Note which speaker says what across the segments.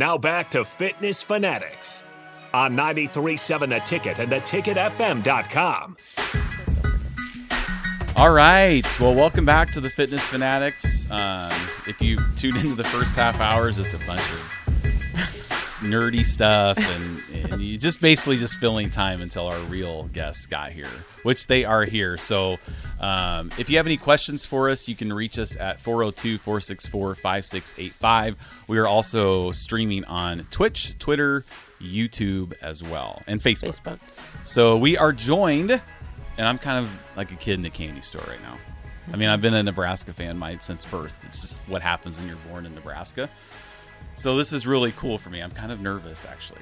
Speaker 1: Now back to Fitness Fanatics on 937 The Ticket and theticketfm.com.
Speaker 2: All right. Well, welcome back to the Fitness Fanatics. Um, if you tuned into the first half hour, it's just a bunch of nerdy stuff, and, and you just basically just filling time until our real guests got here, which they are here. So um, if you have any questions for us, you can reach us at 402 464 5685. We are also streaming on Twitch, Twitter, YouTube as well, and
Speaker 3: Facebook.
Speaker 2: so we are joined, and I'm kind of like a kid in a candy store right now. I mean, I've been a Nebraska fan my, since birth. It's just what happens when you're born in Nebraska. So this is really cool for me. I'm kind of nervous, actually.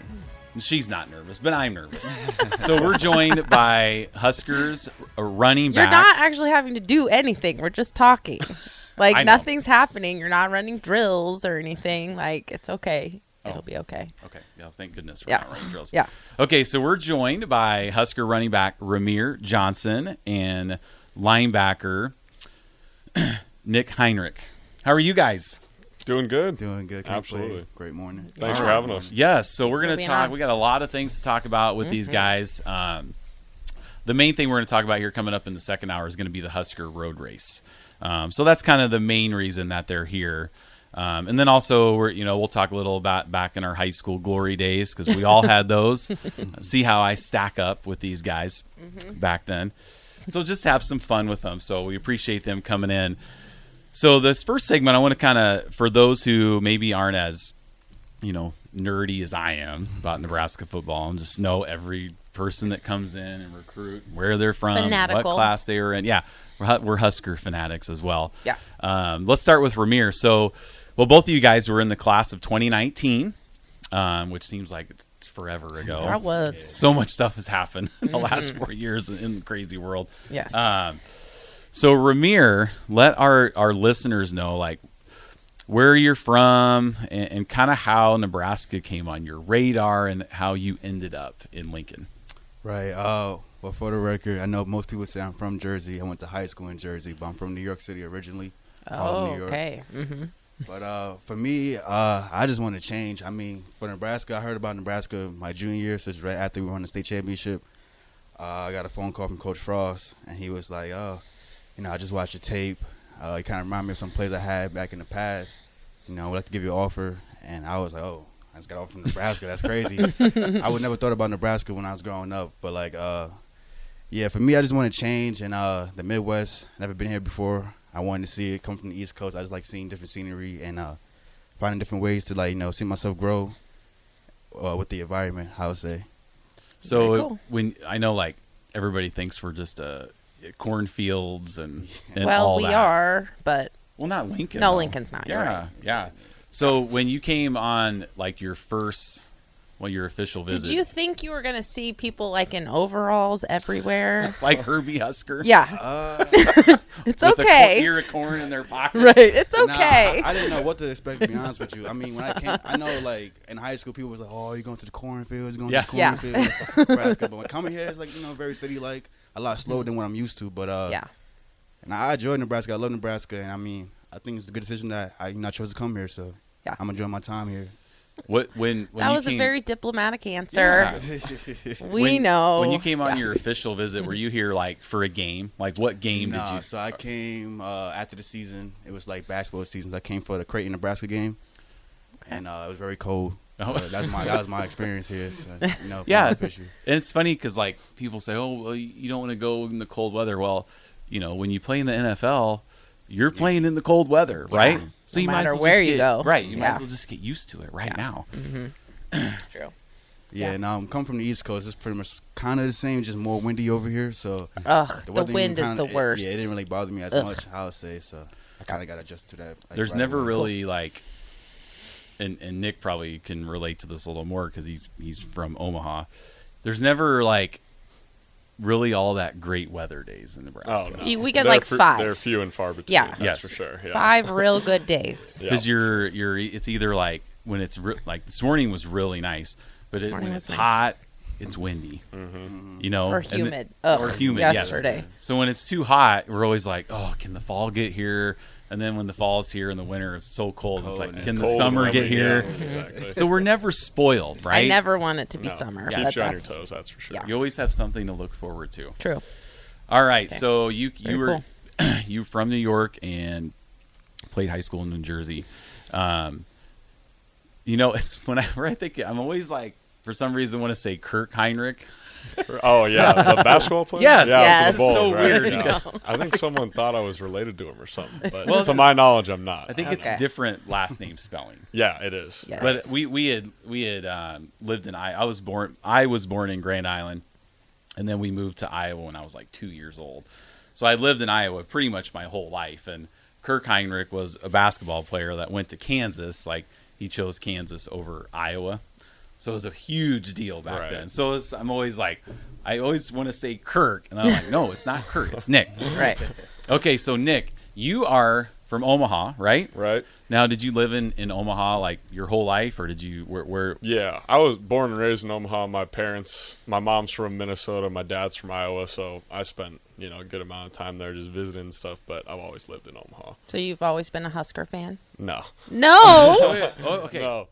Speaker 2: She's not nervous, but I'm nervous. so we're joined by Huskers a running
Speaker 3: You're
Speaker 2: back.
Speaker 3: not actually having to do anything. We're just talking.
Speaker 2: I
Speaker 3: Like
Speaker 2: know.
Speaker 3: nothing's happening. You're not running drills or anything. Like it's okay.
Speaker 2: Oh.
Speaker 3: It'll be okay.
Speaker 2: Okay. Yeah. Thank goodness we're
Speaker 3: Yeah.
Speaker 2: not running drills.
Speaker 3: Yeah.
Speaker 2: Okay. So we're joined by Husker running back Ramir Johnson and linebacker Nick Heinrich. How are you guys?
Speaker 4: Doing good.
Speaker 5: Doing good. Can't complain.
Speaker 4: Absolutely.
Speaker 5: Great morning.
Speaker 4: Thanks for having us.
Speaker 2: Yes. So we're
Speaker 3: for
Speaker 2: going to
Speaker 3: being
Speaker 2: talk.
Speaker 3: on. Mm-hmm.
Speaker 2: We got a lot of things to talk about with these guys. Um, the main thing we're going to talk about here coming up in the second hour is going to be the Husker Road Race. Um, so that's kind of the main reason that they're here. Um, and then also, we're, you know, we'll talk a little about back in our high school glory days because we all had those. See how I stack up with these guys
Speaker 3: Mm-hmm.
Speaker 2: back then. So just have some fun with them. So we appreciate them coming in. So this first segment, I want to kind of for those who maybe aren't as you know, nerdy as I am about Nebraska football and just know every person that comes in and recruit, where they're from,
Speaker 3: Fanatical.
Speaker 2: what class they were in. Yeah, we're, Hu- we're Husker fanatics as well.
Speaker 3: Yeah.
Speaker 2: Um, let's start with Ramir. So, well, both of you guys were in the class of 2019, um, which seems like it's forever ago.
Speaker 3: That was
Speaker 2: So much stuff has happened in the last four years in the crazy world.
Speaker 3: Mm-hmm. yes.
Speaker 2: Um, so Ramir, let our our listeners know like where you're from and, and kind of how Nebraska came on your radar and how you ended up in Lincoln.
Speaker 5: Right. Uh, well, for the record, I know most people say I'm from Jersey. I went to high school in Jersey, but I'm from New York City originally. all
Speaker 3: oh,
Speaker 5: of New York.
Speaker 3: okay. Mm-hmm.
Speaker 5: But uh, for me, uh, I just want to change. I mean, for Nebraska, I heard about Nebraska my junior year, since right after we won the state championship. Uh, I got a phone call from Coach Frost, and he was like, "Oh, you know, I just watched your tape. Uh, it kind of reminded me of some plays I had back in the past. You know, I'd like to give you an offer." And I was like, "Oh, I just got off from Nebraska. That's crazy. I would never thought about Nebraska when I was growing up, but like, uh, yeah, for me, I just want to change and uh, the Midwest. Never been here before. I wanted to see it come from the East Coast. I just like seeing different scenery and uh, finding different ways to like you know see myself grow uh, with the environment. I would say.
Speaker 2: So
Speaker 3: Very cool.
Speaker 2: when I know like everybody thinks we're just uh, cornfields and, and
Speaker 3: well,
Speaker 2: all
Speaker 3: we
Speaker 2: that.
Speaker 3: are, but
Speaker 2: Well, not Lincoln.
Speaker 3: No,
Speaker 2: though.
Speaker 3: Lincoln's not. You're
Speaker 2: Yeah,
Speaker 3: right.
Speaker 2: yeah. So when you came on like your first, well, your official visit,
Speaker 3: did you think you were gonna see people like in overalls everywhere?
Speaker 2: like Herbie Husker?
Speaker 3: yeah,
Speaker 5: Uh,
Speaker 2: with
Speaker 3: it's
Speaker 2: A cor-
Speaker 3: okay.
Speaker 2: ear of corn in their pocket.
Speaker 3: Right, it's okay.
Speaker 5: nah, I, I didn't know what to expect. To be honest with you, I mean, when I came, I know like in high school, people was like, "Oh, you're going to the cornfields. You're going to the
Speaker 3: Yeah.
Speaker 5: cornfields." Nebraska. But when coming here, it's like you know very city like a lot slower than what I'm used to. But uh,
Speaker 3: Mm-hmm. yeah.
Speaker 5: And I enjoy Nebraska. I love Nebraska, and I mean, I think it's a good decision that I you know, I chose to come here. So
Speaker 3: Yeah.
Speaker 5: I'm enjoying my time here.
Speaker 2: What when, when
Speaker 3: that
Speaker 2: you
Speaker 3: was a
Speaker 2: came-
Speaker 3: very diplomatic answer. We
Speaker 2: when-
Speaker 3: know.
Speaker 2: when you came on
Speaker 3: Yeah.
Speaker 2: your official visit. Were you here like for a game? Like what game
Speaker 5: Nah,
Speaker 2: did you?
Speaker 5: so I came uh, after the season. It was like basketball season. I came for the Creighton Nebraska game, and uh, it was very cold. So
Speaker 2: Oh.
Speaker 5: that's my that was my experience here. So, you know,
Speaker 2: Yeah.
Speaker 5: fishy.
Speaker 2: And it's funny because like people say, oh, well, you don't want to go in the cold weather. Well, you know, when you play in the NFL, you're playing in the cold weather, right? So
Speaker 3: No
Speaker 2: you might as
Speaker 3: matter
Speaker 2: well
Speaker 3: where
Speaker 2: just
Speaker 3: you
Speaker 2: get-
Speaker 3: go.
Speaker 2: right? You might
Speaker 3: Yeah.
Speaker 2: as well just get used to it right
Speaker 3: Yeah.
Speaker 2: now.
Speaker 3: True.
Speaker 5: Yeah, and um, come from the East Coast. It's pretty much kind of the same, just more windy over here. So
Speaker 3: Ugh, the,
Speaker 5: weather
Speaker 3: wind is
Speaker 5: kinda-
Speaker 3: the
Speaker 5: it-
Speaker 3: worst.
Speaker 5: yeah, it didn't really bother me as
Speaker 3: Ugh.
Speaker 5: much. I would say so. I kind of got adjusted to that. like,
Speaker 2: There's
Speaker 5: right
Speaker 2: never
Speaker 5: away.
Speaker 2: really like, and and Nick probably can relate to this a little more because he's he's from Omaha. There's never like really all that great weather days in Nebraska.
Speaker 4: Oh, no.
Speaker 3: You- we get
Speaker 4: They're
Speaker 3: like
Speaker 4: fe-
Speaker 3: five.
Speaker 4: They're few and far between.
Speaker 3: Yeah.
Speaker 4: That's
Speaker 2: Yes.
Speaker 4: for sure. Yeah.
Speaker 3: Five real good days.
Speaker 4: Yeah.
Speaker 2: because you're you're it's either like when it's re- like this morning was really nice, but
Speaker 3: This
Speaker 2: it,
Speaker 3: morning
Speaker 2: when
Speaker 3: was
Speaker 2: it's
Speaker 3: nice.
Speaker 2: hot, it's windy. You know, Oh,
Speaker 3: Or
Speaker 2: and then-
Speaker 3: humid. Ugh,
Speaker 2: or humid. yes.
Speaker 3: yesterday.
Speaker 2: So when it's too hot, we're always like, oh, can the fall get here? And then when the fall's here and the winter is so cold, it's like,
Speaker 5: Cold,
Speaker 2: can the
Speaker 4: Cold
Speaker 2: summer get here?
Speaker 4: yeah, exactly.
Speaker 2: So we're never spoiled, right?
Speaker 3: I never want it to be
Speaker 4: No,
Speaker 3: summer.
Speaker 4: Keeps
Speaker 3: but
Speaker 4: you on your
Speaker 3: that's
Speaker 4: toes, that's for sure.
Speaker 3: yeah.
Speaker 2: You always have something to look forward to.
Speaker 3: True.
Speaker 2: All right,
Speaker 3: Okay.
Speaker 2: so you
Speaker 3: Very
Speaker 2: you were you from New York and played high school in New Jersey. Um, you know, it's whenever I think I'm always like for some reason want to say Kirk Heinrich.
Speaker 4: Oh yeah, the basketball player.
Speaker 2: Yes.
Speaker 4: yeah,
Speaker 3: Yes.
Speaker 4: to the Bulls,
Speaker 2: So
Speaker 4: right?
Speaker 2: weird.
Speaker 4: Yeah. I think someone thought I was related to him or something, but
Speaker 2: Well,
Speaker 4: to
Speaker 2: it's
Speaker 4: my
Speaker 2: just-
Speaker 4: knowledge, I'm not.
Speaker 2: I think
Speaker 4: don't
Speaker 2: it's
Speaker 3: Okay.
Speaker 4: know.
Speaker 2: different last name spelling.
Speaker 4: yeah, it is.
Speaker 3: Yes.
Speaker 2: But we we had we had um, lived in I I was born I was born in Grand Island, and then we moved to Iowa when I was like two years old. So I lived in Iowa pretty much my whole life. And Kirk Heinrich was a basketball player that went to Kansas. Like he chose Kansas over Iowa, so it was a huge deal back
Speaker 4: Right.
Speaker 2: then. So it's, I'm always like, I always want to say Kirk, and I'm like, no, it's not Kirk, it's Nick.
Speaker 3: Right.
Speaker 2: Okay, so Nick, you are from Omaha, right?
Speaker 4: Right.
Speaker 2: Now, did you live in, in Omaha like your whole life, or did you where where?
Speaker 4: Yeah, I was born and raised in Omaha. My parents, my mom's from Minnesota, my dad's from Iowa, so I spent you know a good amount of time there just visiting and stuff. But I've always lived in Omaha.
Speaker 3: So you've always been a Husker fan?
Speaker 4: No,
Speaker 2: Oh,
Speaker 3: No.
Speaker 2: okay.
Speaker 4: no,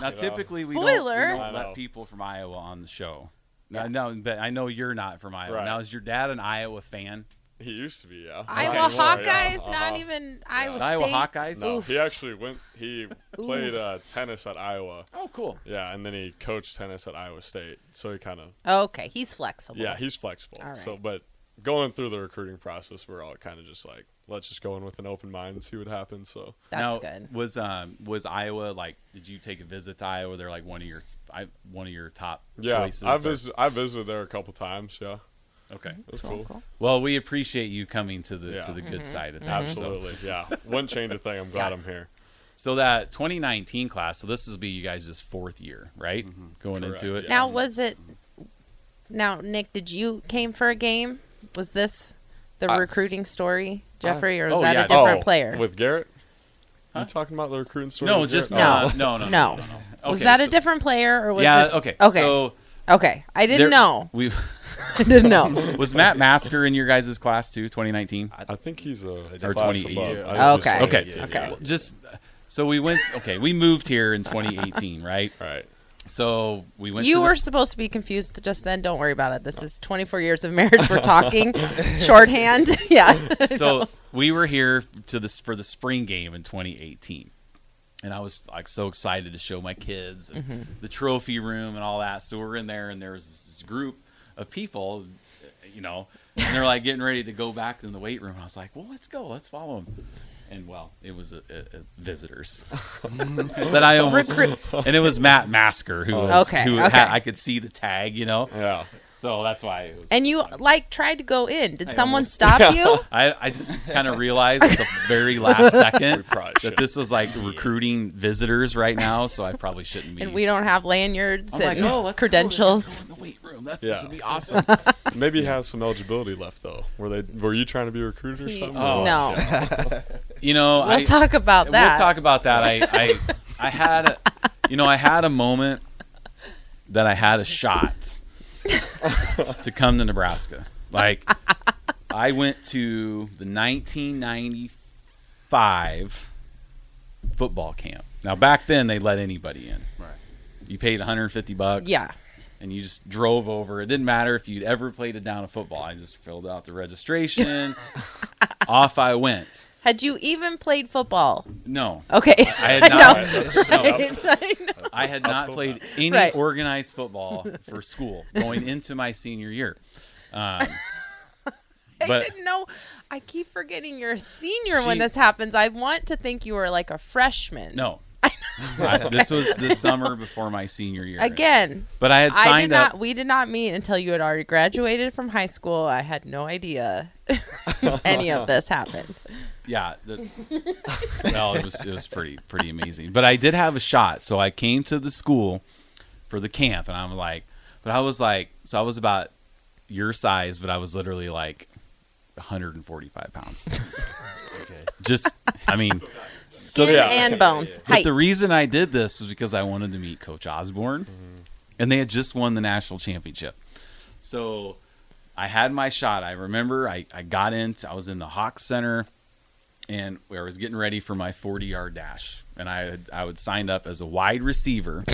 Speaker 2: Now,
Speaker 4: know.
Speaker 2: typically we
Speaker 3: Spoiler.
Speaker 2: don't, we
Speaker 4: I
Speaker 2: don't let
Speaker 4: know.
Speaker 2: people from Iowa on the show. Now, no, but I know you're not from Iowa.
Speaker 4: Right.
Speaker 2: Now, is your dad an Iowa fan?
Speaker 4: he used to be. Yeah,
Speaker 3: Iowa
Speaker 4: Not anymore, yeah.
Speaker 3: Hawkeyes, not
Speaker 4: Uh-huh.
Speaker 3: even Iowa Oh, State.
Speaker 2: Iowa Hawkeyes?
Speaker 4: No,
Speaker 3: Oof.
Speaker 4: he actually went. He played uh, tennis at Iowa.
Speaker 2: Oh, cool.
Speaker 4: Yeah, and then he coached tennis at Iowa State. So he kind of
Speaker 3: Okay, he's flexible.
Speaker 4: yeah, he's flexible.
Speaker 3: All right.
Speaker 4: So, but going through the recruiting process, we're all kind of just like, let's just go in with an open mind and see what happens. So
Speaker 3: That's
Speaker 2: now,
Speaker 3: good.
Speaker 2: Was um was Iowa like? Did you take a visit to Iowa? They're like one of your I, one of your top
Speaker 4: yeah,
Speaker 2: choices.
Speaker 4: I
Speaker 2: or-
Speaker 4: visited. I visited there a couple times. Yeah,
Speaker 2: Okay.
Speaker 4: it was cool.
Speaker 2: Well, we appreciate you coming to the
Speaker 4: Yeah.
Speaker 2: to the
Speaker 3: Mm-hmm.
Speaker 2: good side of things. Mhm. so-
Speaker 4: Absolutely. Yeah, wouldn't change a thing. I'm glad I'm here.
Speaker 2: So that 2019 class, so this will be you guys' fourth year, right? Going
Speaker 4: Mm-hmm. Correct,
Speaker 2: into it.
Speaker 4: yeah.
Speaker 3: Now was it Now Nick, did you came for a game? Was this the
Speaker 4: I-
Speaker 3: recruiting story, Jeffrey, or was
Speaker 2: oh,
Speaker 3: that
Speaker 2: yeah.
Speaker 3: a different
Speaker 4: Oh,
Speaker 3: player?
Speaker 4: with Garrett. You talking about the recruiting story?
Speaker 2: No,
Speaker 4: with
Speaker 2: just
Speaker 4: Garrett?
Speaker 2: no,
Speaker 3: No.
Speaker 2: no, no, no,
Speaker 3: No.
Speaker 2: no, no.
Speaker 3: was
Speaker 2: Okay,
Speaker 3: that a
Speaker 2: so-
Speaker 3: different player or was
Speaker 2: Yeah.
Speaker 3: this
Speaker 2: Okay.
Speaker 3: Okay.
Speaker 2: So
Speaker 3: okay. I didn't
Speaker 2: there-
Speaker 3: know.
Speaker 2: We
Speaker 3: I didn't know.
Speaker 2: was Matt Masker in your guys' class too, 2019.
Speaker 4: I think he's a
Speaker 5: think
Speaker 4: class
Speaker 2: 28.
Speaker 5: Yeah.
Speaker 4: above. I think he's
Speaker 3: Okay.
Speaker 4: like-
Speaker 2: Okay.
Speaker 5: Yeah,
Speaker 3: Okay.
Speaker 2: Well, Just so we went. Okay, we moved here in 2018, right?
Speaker 4: Right.
Speaker 2: So we went.
Speaker 3: You
Speaker 2: to
Speaker 3: were
Speaker 2: this- Oh.
Speaker 3: supposed to be confused just then. Don't worry about it. This is 24 years of marriage. We're talking shorthand. yeah.
Speaker 2: so we were here to this for the spring game in 2018 and i was like so excited to show my kids and
Speaker 3: Mm-hmm.
Speaker 2: the trophy room and all that so we're in there and there was this group of people you know and they're like getting ready to go back in the weight room and i was like well let's go let's follow them and well it was a, a, a visitors that i almost
Speaker 3: Recruit-
Speaker 2: and it was matt masker who was,
Speaker 3: Okay,
Speaker 2: who
Speaker 3: okay.
Speaker 2: Had, i could see the tag you know
Speaker 4: Yeah.
Speaker 2: so that's why it was
Speaker 3: And you like tried to go in. Did
Speaker 2: I
Speaker 3: someone
Speaker 2: almost-
Speaker 3: stop you?
Speaker 2: I, I just kind of realized at the very last second
Speaker 4: probably
Speaker 2: that
Speaker 4: should.
Speaker 2: this was like recruiting visitors right now, so I probably shouldn't be.
Speaker 3: And we don't have lanyards
Speaker 2: I'm like,
Speaker 3: and
Speaker 2: "Oh, let's go. They're
Speaker 3: credentials.
Speaker 2: in the weight room. That's
Speaker 4: Yeah.
Speaker 2: this would be awesome.
Speaker 4: Maybe he has some eligibility left though. Were they? Were you trying to be recruited or
Speaker 3: He-
Speaker 4: something?
Speaker 2: Oh,
Speaker 3: no,
Speaker 2: You know,
Speaker 3: we'll
Speaker 2: I,
Speaker 3: talk about that.
Speaker 2: We'll talk about that. I, I, I had, a, you know, I had a moment that I had a shot to come to Nebraska. Like, I went to the 1995 football camp. Now, back then, they let anybody in.
Speaker 5: Right.
Speaker 2: You paid 150 bucks.
Speaker 3: Yeah.
Speaker 2: And you just drove over. It didn't matter if you'd ever played a down of football. I just filled out the registration. Off I went.
Speaker 3: Had you even played football?
Speaker 2: No.
Speaker 3: Okay.
Speaker 2: I had not. No.
Speaker 3: I know.
Speaker 2: I had not played any
Speaker 3: Right.
Speaker 2: organized football for school going into my senior year. Um,
Speaker 3: I
Speaker 2: but
Speaker 3: didn't know. I keep forgetting you're a senior when
Speaker 2: She-
Speaker 3: this happens. I want to think you were like a freshman.
Speaker 2: no, I- this was the summer before my senior year.
Speaker 3: Again,
Speaker 2: but I had
Speaker 3: I did
Speaker 2: signed
Speaker 3: not.
Speaker 2: up.
Speaker 3: We did not meet until you had already graduated from high school. I had no idea any of this happened.
Speaker 2: Yeah, that's, well, it was it was pretty pretty amazing. But I did have a shot, so I came to the school for the camp, and I'm like, but I was like, so I was about your size, but I was literally like 145 pounds.
Speaker 5: Okay.
Speaker 2: Just, I mean.
Speaker 3: Skin
Speaker 4: yeah.
Speaker 3: and bones.
Speaker 2: But
Speaker 3: Height.
Speaker 2: the reason I did this was because I wanted to meet Coach Osborne, and they had just won the national championship. So I had my shot. I remember I, I got in. I was in the Hawk Center, and I was getting ready for my 40 yard dash, and I had, I would signed up as a wide receiver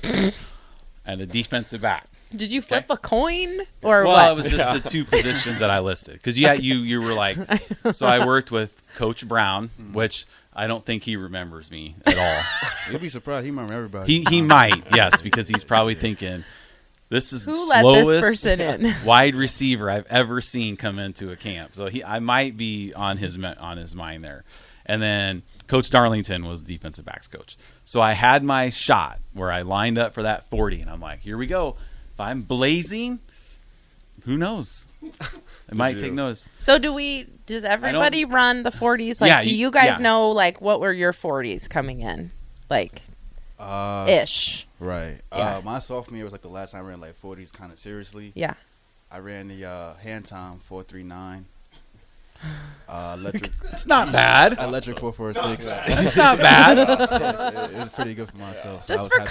Speaker 2: and a defensive back.
Speaker 3: Did you flip a coin or
Speaker 2: well,
Speaker 3: what?
Speaker 2: it was just the two positions that I listed because yeah, you you were like. So I worked with Coach Brown, which I don't think he remembers me at all.
Speaker 5: You'll be surprised. He remember everybody.
Speaker 2: He he might, yes, because he's probably thinking this is the
Speaker 3: Who let this
Speaker 2: slowest
Speaker 3: person in?
Speaker 2: wide receiver I've ever seen come into a camp. So he I might be on his me- on his mind there. And then Coach Darlington was the defensive backs coach. So I had my shot where I lined up for that 40 and I'm like, here we go. If I'm blazing, who knows? It might
Speaker 4: you-
Speaker 2: take notice.
Speaker 3: so do we? Does everybody run the forties? Like,
Speaker 2: Yeah,
Speaker 3: do
Speaker 2: you-
Speaker 3: you guys
Speaker 2: yeah.
Speaker 3: know like what were your forties coming in? Like
Speaker 5: uh,
Speaker 3: ish.
Speaker 5: Right.
Speaker 3: Yeah.
Speaker 5: Uh, my sophomore year was like the last time I ran like 40s kind of seriously.
Speaker 3: Yeah.
Speaker 5: I ran the uh, hand time 439. Uh, electric
Speaker 2: It's not bad.
Speaker 5: electric 446.
Speaker 2: It's not bad.
Speaker 5: it, it was pretty good for myself. so I
Speaker 3: Just
Speaker 5: was
Speaker 3: for
Speaker 5: happy with that.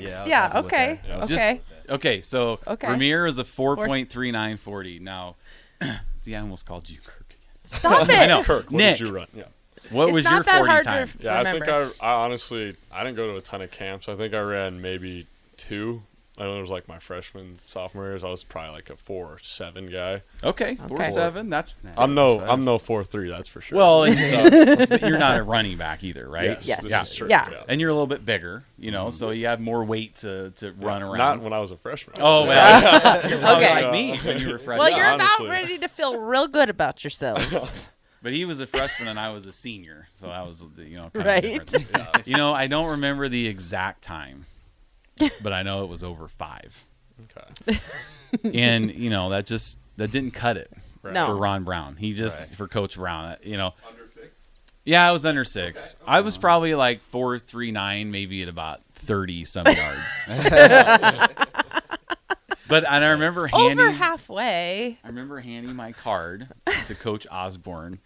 Speaker 3: context.
Speaker 5: I
Speaker 3: Yeah.
Speaker 5: was happy
Speaker 3: okay.
Speaker 5: with that.
Speaker 2: Just-
Speaker 3: Okay.
Speaker 2: Okay, so
Speaker 3: Okay.
Speaker 2: Ramir is a 4.3940. Now, see, I almost called you Kirk.
Speaker 3: Stop it.
Speaker 2: I know.
Speaker 4: Kirk, what
Speaker 2: Nick.
Speaker 4: did you run? Yeah,
Speaker 2: What
Speaker 3: It's
Speaker 2: was
Speaker 3: not
Speaker 2: your
Speaker 3: that
Speaker 2: 40
Speaker 3: hard to
Speaker 2: time?
Speaker 3: ref-
Speaker 4: yeah. I
Speaker 3: Remember.
Speaker 4: think I, I honestly I didn't go to a ton of camps. I think I ran maybe two. I know it was like my freshman sophomore years. I was probably like a four or seven guy.
Speaker 2: okay, 4.7. That's
Speaker 5: Nah,
Speaker 4: I'm no
Speaker 5: that's
Speaker 4: I'm
Speaker 5: fast.
Speaker 4: no four three. That's for sure.
Speaker 2: well, and- and you're not a running back either, right?
Speaker 3: Yes.
Speaker 4: this
Speaker 2: Yeah.
Speaker 4: is true.
Speaker 3: Yeah.
Speaker 2: And you're a little bit bigger, you know, so you have more weight to, to run around.
Speaker 4: Not when I was a freshman.
Speaker 2: oh, well. You're probably
Speaker 3: Okay.
Speaker 2: like me when you were a freshman.
Speaker 3: Well, you're
Speaker 4: honestly.
Speaker 3: about ready to feel real good about yourselves.
Speaker 2: But he was a freshman and I was a senior, so I was you know kind
Speaker 3: Right.
Speaker 2: of different. You know, I don't remember the exact time, but I know it was over five,
Speaker 4: Okay.
Speaker 2: and you know that just that didn't cut it
Speaker 4: Right.
Speaker 3: No.
Speaker 2: for Ron Brown. He just
Speaker 5: Right.
Speaker 2: for Coach Brown, uh, you know.
Speaker 4: Under six.
Speaker 2: Yeah, I was under six. I was probably like four, three, nine, maybe at about thirty some yards. but and I remember handing
Speaker 3: Over halfway.
Speaker 2: I remember handing my card to Coach Osborne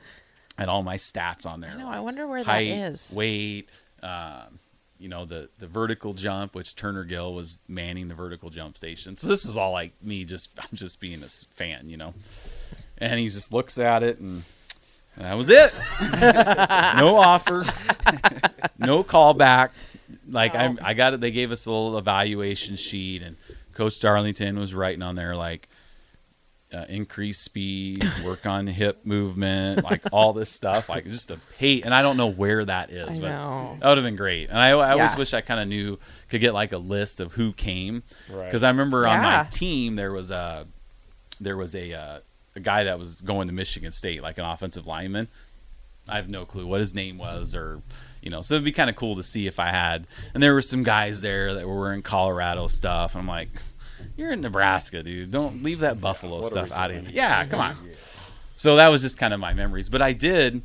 Speaker 2: and all my stats on there.
Speaker 3: I know. I wonder where
Speaker 2: height,
Speaker 3: that is.
Speaker 2: weight, um, you know, the the vertical jump, which Turner Gill was manning the vertical jump station. So this is all like me just I'm just being a s- fan, you know. And he just looks at it and and that was it. no offer, no callback. Like
Speaker 3: Wow.
Speaker 2: I, I got it. They gave us a little evaluation sheet, and Coach Darlington was writing on there like uh, increase speed, work on hip movement, like all this stuff. Like just a hate, and I don't know where that is.
Speaker 3: I
Speaker 2: but
Speaker 3: know.
Speaker 2: That would have been great. And I, I always
Speaker 3: Yeah.
Speaker 2: wish I kind of knew, could get like a list of who came,
Speaker 4: Right.
Speaker 2: because I remember on my
Speaker 3: Yeah.
Speaker 2: team there was a there was a uh, a guy that was going to Michigan State, like an offensive lineman. I have no clue what his name was, or you know. So it'd be kind of cool to see if I had. And there were some guys there that were wearing Colorado stuff. I'm like, you're in Nebraska, dude. Don't leave that Buffalo
Speaker 4: what are
Speaker 2: stuff
Speaker 4: we
Speaker 2: out of
Speaker 4: doing?
Speaker 2: here. Yeah, come on. So that was just kind of my memories. But I did,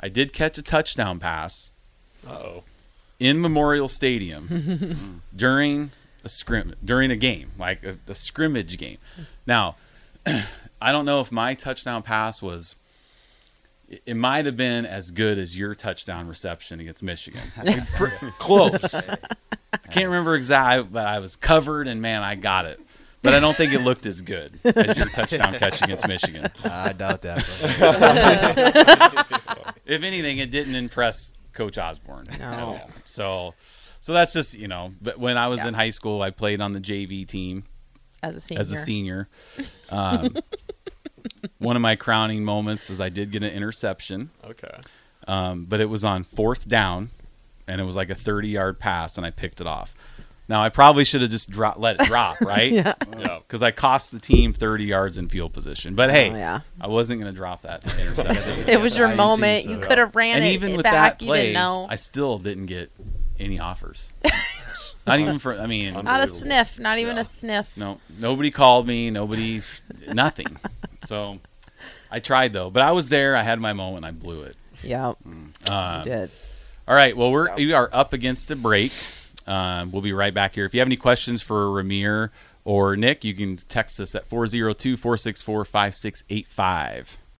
Speaker 2: I did catch a touchdown pass
Speaker 4: Oh.
Speaker 2: in Memorial Stadium during a scrim during a game, like a, a scrimmage game. Now, I don't know if my touchdown pass was. it- It might have been as good as your touchdown reception against Michigan. Pr- Close. I can't remember exactly, but I was covered, and man, I got it. But I don't think it looked as good as your touchdown catch against Michigan.
Speaker 5: I doubt that. Bro.
Speaker 2: If anything, it didn't impress Coach Osborne. at
Speaker 3: No.
Speaker 2: all. So, so that's just you know. But when I was
Speaker 3: Yeah.
Speaker 2: in high school, I played on the JV team
Speaker 3: As a senior.
Speaker 2: as a senior. Um, one of my crowning moments is I did get an interception,
Speaker 4: Okay.
Speaker 2: um, but it was on fourth down, and it was like a thirty-yard pass, and I picked it off. Now I probably should have just dro- let it drop, right?
Speaker 3: Yeah.
Speaker 4: Yeah.
Speaker 2: Because I cost the team thirty yards in field position. But hey,
Speaker 3: Oh, yeah.
Speaker 2: I wasn't going to drop that interception.
Speaker 3: It was your
Speaker 5: I didn't see
Speaker 3: moment.
Speaker 5: so.
Speaker 3: You could have ran
Speaker 2: and
Speaker 3: it
Speaker 2: even with
Speaker 3: back.
Speaker 2: that
Speaker 3: you
Speaker 2: play,
Speaker 3: didn't know.
Speaker 2: I still didn't get any offers. Not even for. I mean,
Speaker 3: not a sniff. Not even
Speaker 2: Yeah.
Speaker 3: a sniff.
Speaker 2: no, nobody called me. Nobody, nothing. So, I tried though, but I was there. I had my moment. I blew it.
Speaker 3: Yep.
Speaker 2: Um,
Speaker 3: Did.
Speaker 2: all right. Well, we're we are up against a break. Um, we'll be right back here. If you have any questions for Ramir or Nick, you can text us at 402 464 5685.